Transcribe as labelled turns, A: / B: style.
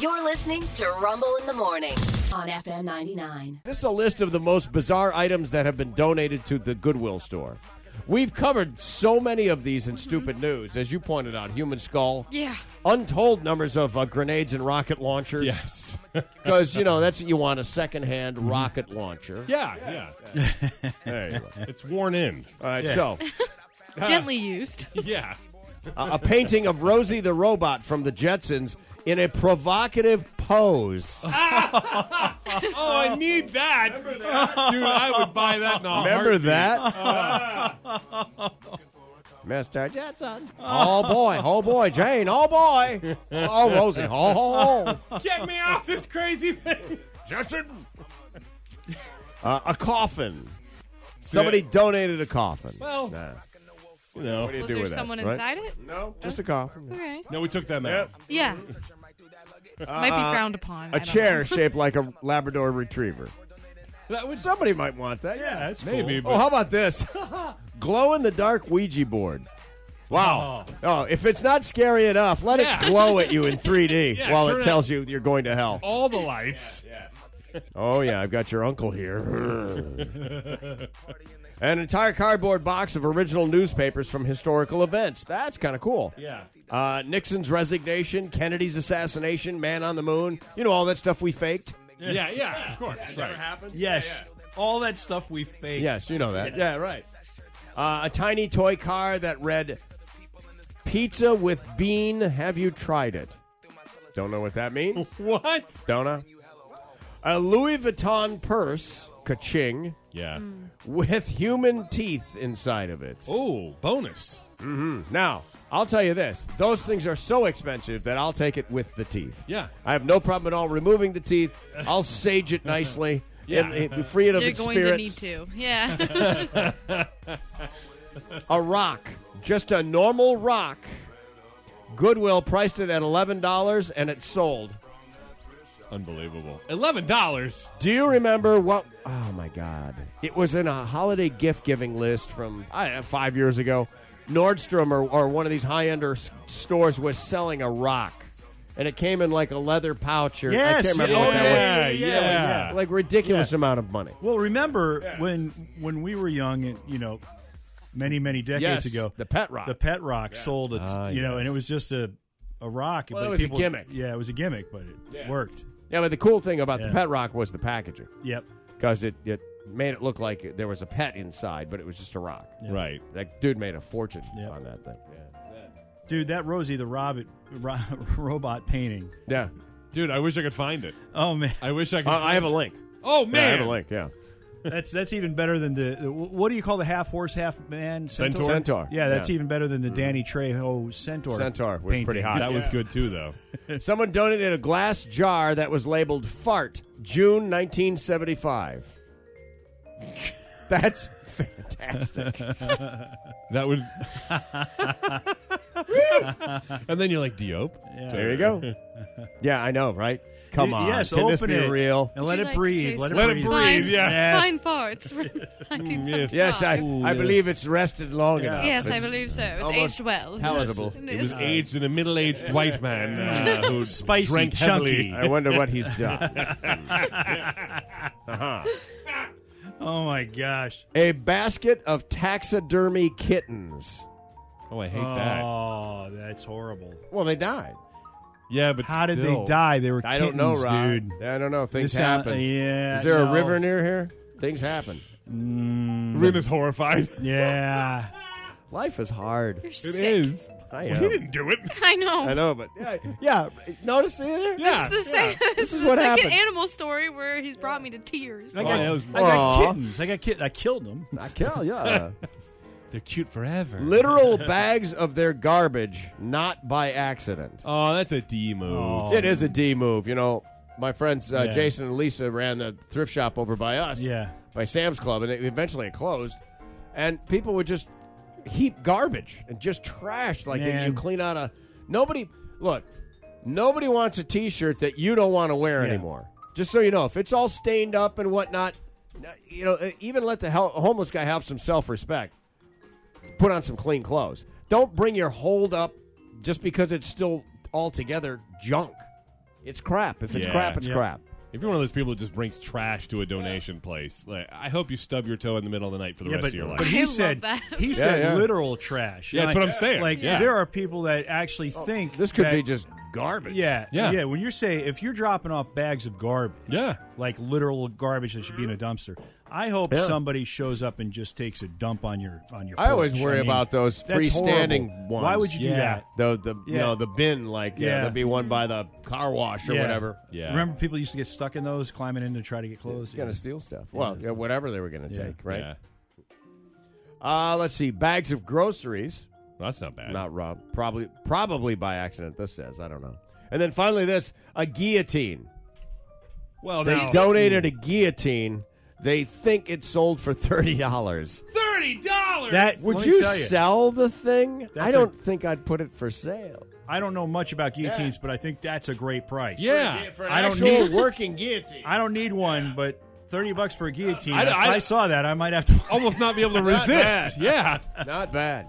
A: You're listening to Rumble in the Morning on FM 99.
B: This is a list of the most bizarre items that have been donated to the Goodwill store. We've covered so many of these in stupid news, as you pointed out. Human skull,
C: Yeah.
B: untold numbers of uh, grenades and rocket launchers.
D: Yes.
B: because you know that's what you want—a secondhand rocket launcher.
D: Yeah, yeah.
B: There you go.
D: It's worn in.
B: All right, so
C: Gently used.
D: Yeah.
B: uh, a painting of Rosie the robot from the Jetsons in a provocative pose.
D: Oh, I need that. Dude, I would buy that in a
B: Remember
D: heartbeat.
B: that? Mr. Jetson. Oh, boy. Oh, boy. Jane. Oh, boy. Oh, Rosie. Oh, oh.
D: Get me off this crazy thing.
B: Jetson. Uh, a coffin. Somebody donated a coffin.
D: Well,
B: Nah.
D: you know.
B: What do you
C: Was
B: do
C: there
B: with that,
C: someone
B: right?
C: inside it?
B: No. Just a coffin.
C: Okay.
D: No, we took them out.
C: Yeah. Might be frowned upon. I
B: Uh, A
C: don't
B: chair shaped like a Labrador retriever.
D: That was
B: Somebody might want that. Yeah,
D: that's maybe,
B: Oh, how about this? glow in the dark Ouija board. Wow. Oh, if it's not scary enough, let
D: Yeah.
B: it glow at you in 3D
D: Yeah,
B: while
D: turn
B: it
D: it-
B: tells you you're going to hell.
D: but all the lights.
B: Oh, yeah, I've got your uncle here. An entire cardboard box of original newspapers from historical events. That's kind of cool.
D: Yeah.
B: Uh, Nixon's resignation, Kennedy's assassination, Man on the Moon. You know, all that stuff we faked.
D: Yeah, yeah, of course. right.
E: Yes. All that stuff we fake.
B: Yes, you know that. Yeah, right. Uh, a tiny toy car that read "Pizza with Bean." Have you tried it? Don't know what that means.
D: What?
B: Don't know. A Louis Vuitton purse, kaching,
D: Yeah.
B: with human teeth inside of it.
D: Oh, bonus.
B: Now, I'll tell you this: those things are so expensive that I'll take it with the teeth.
D: Yeah.
B: I have no problem at all removing the teeth. I'll sage it nicely.
D: Yeah.
B: and, and free it of
C: You're
B: its
C: going
B: spirits.
C: to need to. Yeah.
B: a rock, just a normal rock. Goodwill priced it at eleven dollars, and it sold.
D: Unbelievable. Eleven dollars.
B: Do you remember what? Oh my God! It was in a holiday gift giving list from I don't know, five years ago. Nordstrom or, or one of these high end stores was selling a rock, and it came in like a leather pouch. Or, I
E: Yes,
B: can't remember
E: yeah,
B: what that was.
D: yeah,
E: yeah,
D: yeah.
E: yeah.
B: Like ridiculous
E: Yeah.
B: amount of money.
E: Well, remember when when we were young and you know many many decades
B: Yes,
E: ago,
B: the pet rock.
E: the pet rock sold it,
D: Ah,
E: you know, and it was just a a rock.
B: Well,
E: but
B: it was a
E: people-
B: gimmick.
E: Yeah, it was a gimmick, but it worked.
B: Yeah, but the cool thing about the
E: Yeah.
B: pet rock was the packaging
E: Yep.
B: because it, it made it look like there was a pet inside, but it was just a rock.
D: Right.
B: That dude made a fortune
E: Yep.
B: on that thing.
E: Dude, that Rosie the Robot ro- robot painting.
B: Yeah.
D: Dude, I wish I could find it.
E: Oh man,
D: I wish I could.
B: Uh, I have a link.
D: oh
B: Yeah, I
D: man.
B: have a link, yeah.
E: that's that's even better than the, the what do you call the half horse half man centaur?
D: Centaur.
B: Centaur.
E: Yeah, that's
B: Yeah.
E: even better than the
B: Mm-hmm.
E: Danny Trejo centaur.
B: Centaur was pretty
E: painting.
B: hot.
D: That was good too, though.
B: Someone donated a glass jar that was labeled fart, June 1975. That's fantastic.
D: That would. and then you're like, Diop.
E: Yeah.
B: There you go. Yeah, I know, right? Come on.
E: Yes,
B: Can
E: open
B: this be
E: it
B: real?
E: and let
C: Do you
E: it
C: like to
E: breathe.
C: taste
E: Let it
D: Let it
E: breathe.
D: breathe.
C: Fine,
D: yeah.
C: fine parts from 1975.
B: Yes, I,
D: Ooh,
B: I
D: yes.
B: believe it's rested long
E: Yeah.
B: enough.
C: Yes, I
B: It's
C: believe so. It's
B: almost
C: aged well.
B: Palatable.
D: It was aged in a middle-aged white man uh, who
E: Spicy,
D: drank
E: chunky.
D: heavily.
B: I wonder what he's done.
E: Oh my gosh.
B: a basket of taxidermy kittens.
D: Oh, I hate that.
E: Oh, that's horrible.
B: Well, they died.
D: Yeah, but
E: How did
D: still.
E: they die? They were
B: I don't
E: kittens,
B: know, Rob.
E: dude.
B: I don't know. Things
E: This sound-
B: happen.
E: yeah,
B: Is there a
E: no.
B: river near here? Things happen.
D: Runa's horrified.
E: Yeah.
B: Life is hard.
C: You're
D: It
C: sick.
D: is.
B: I
D: He
B: am.
D: didn't do it.
C: I know.
B: I know, but yeah, yeah. Notice either?
D: Yeah.
C: This is the, same, this
B: is
C: is the
B: what
C: second
B: happens.
C: animal story where he's brought me to tears.
E: I
D: Oh,
E: got,
D: that was-
E: I got
B: Aw.
E: kittens. I got kid. I killed them.
B: I kill yeah.
D: They're cute forever.
B: Literal bags of their garbage, not by accident.
D: Oh, that's a D move.
E: Oh.
B: It is a D move, you know. My friends uh,
E: Yeah.
B: Jason and Lisa ran the thrift shop over by us,
E: Yeah.
B: by Sam's Club, and it, eventually it closed. And people would just heap garbage and just trash. Like
E: Man.
B: you clean out a nobody. Look, nobody wants a T-shirt that you don't want to wear
E: Yeah.
B: anymore. Just so you know, if it's all stained up and whatnot, you know, even let the hel- homeless guy have some self-respect. Put on some clean clothes. Don't bring your hold up just because it's still altogether junk. It's crap. If it's
D: Yeah.
B: crap, it's
E: Yeah.
B: crap.
D: If you're one of those people that just brings trash to a donation place, like, I hope you stub your toe in the middle of the night for the
E: Yeah,
D: rest
E: but,
D: of your
E: but
D: life.
E: he
C: I love
E: said
C: that.
E: he said
B: yeah.
E: literal trash.
D: Yeah, that's
E: Like-
D: what I'm saying.
E: Like
D: Yeah.
E: there are people that actually think
B: Oh, This could
E: that-
B: be just garbage.
E: yeah,
D: Yeah.
E: yeah, When you're saying if you're dropping off bags of garbage,
D: Yeah.
E: like literal garbage that should be in a dumpster. I hope
B: Yeah.
E: somebody shows up and just takes a dump on your on your.
B: I always
E: porch.
B: worry
E: mean,
B: about those
E: that's
B: freestanding
E: horrible.
B: ones.
E: Why would you
D: Yeah.
E: do that?
B: The the you
E: Yeah.
B: know the bin like yeah,
E: Yeah.
B: there'd be one by the car wash or
E: Yeah.
B: whatever.
D: Yeah.
E: Remember, people used to get stuck in those, climbing in to try to get clothes.
B: Gonna steal stuff. Well, yeah, whatever they were gonna
E: Yeah.
B: take, right?
D: Yeah.
B: Uh, let's see, bags of groceries.
D: Well, that's not bad.
B: Not rob. Probably, probably by accident. This says I don't know. And then finally, this a guillotine.
E: Oh,
D: well,
B: They
D: now-
B: donated a guillotine. They think it sold for thirty dollars.
D: thirty dollars.
E: That
B: Would
E: let me
B: you,
E: tell
B: sell the thing? I
E: That's
B: don't
E: a-
B: think I'd put it for sale.
E: I don't know much about guillotines, but I think that's a great price.
D: yeah.
E: I don't
B: Actual
E: need.
B: working guillotine.
E: I don't need one, but thirty bucks for a guillotine.
D: I-
E: if
D: I-
E: I saw that, I might have to.
D: almost not be able to resist. yeah.
B: Not bad.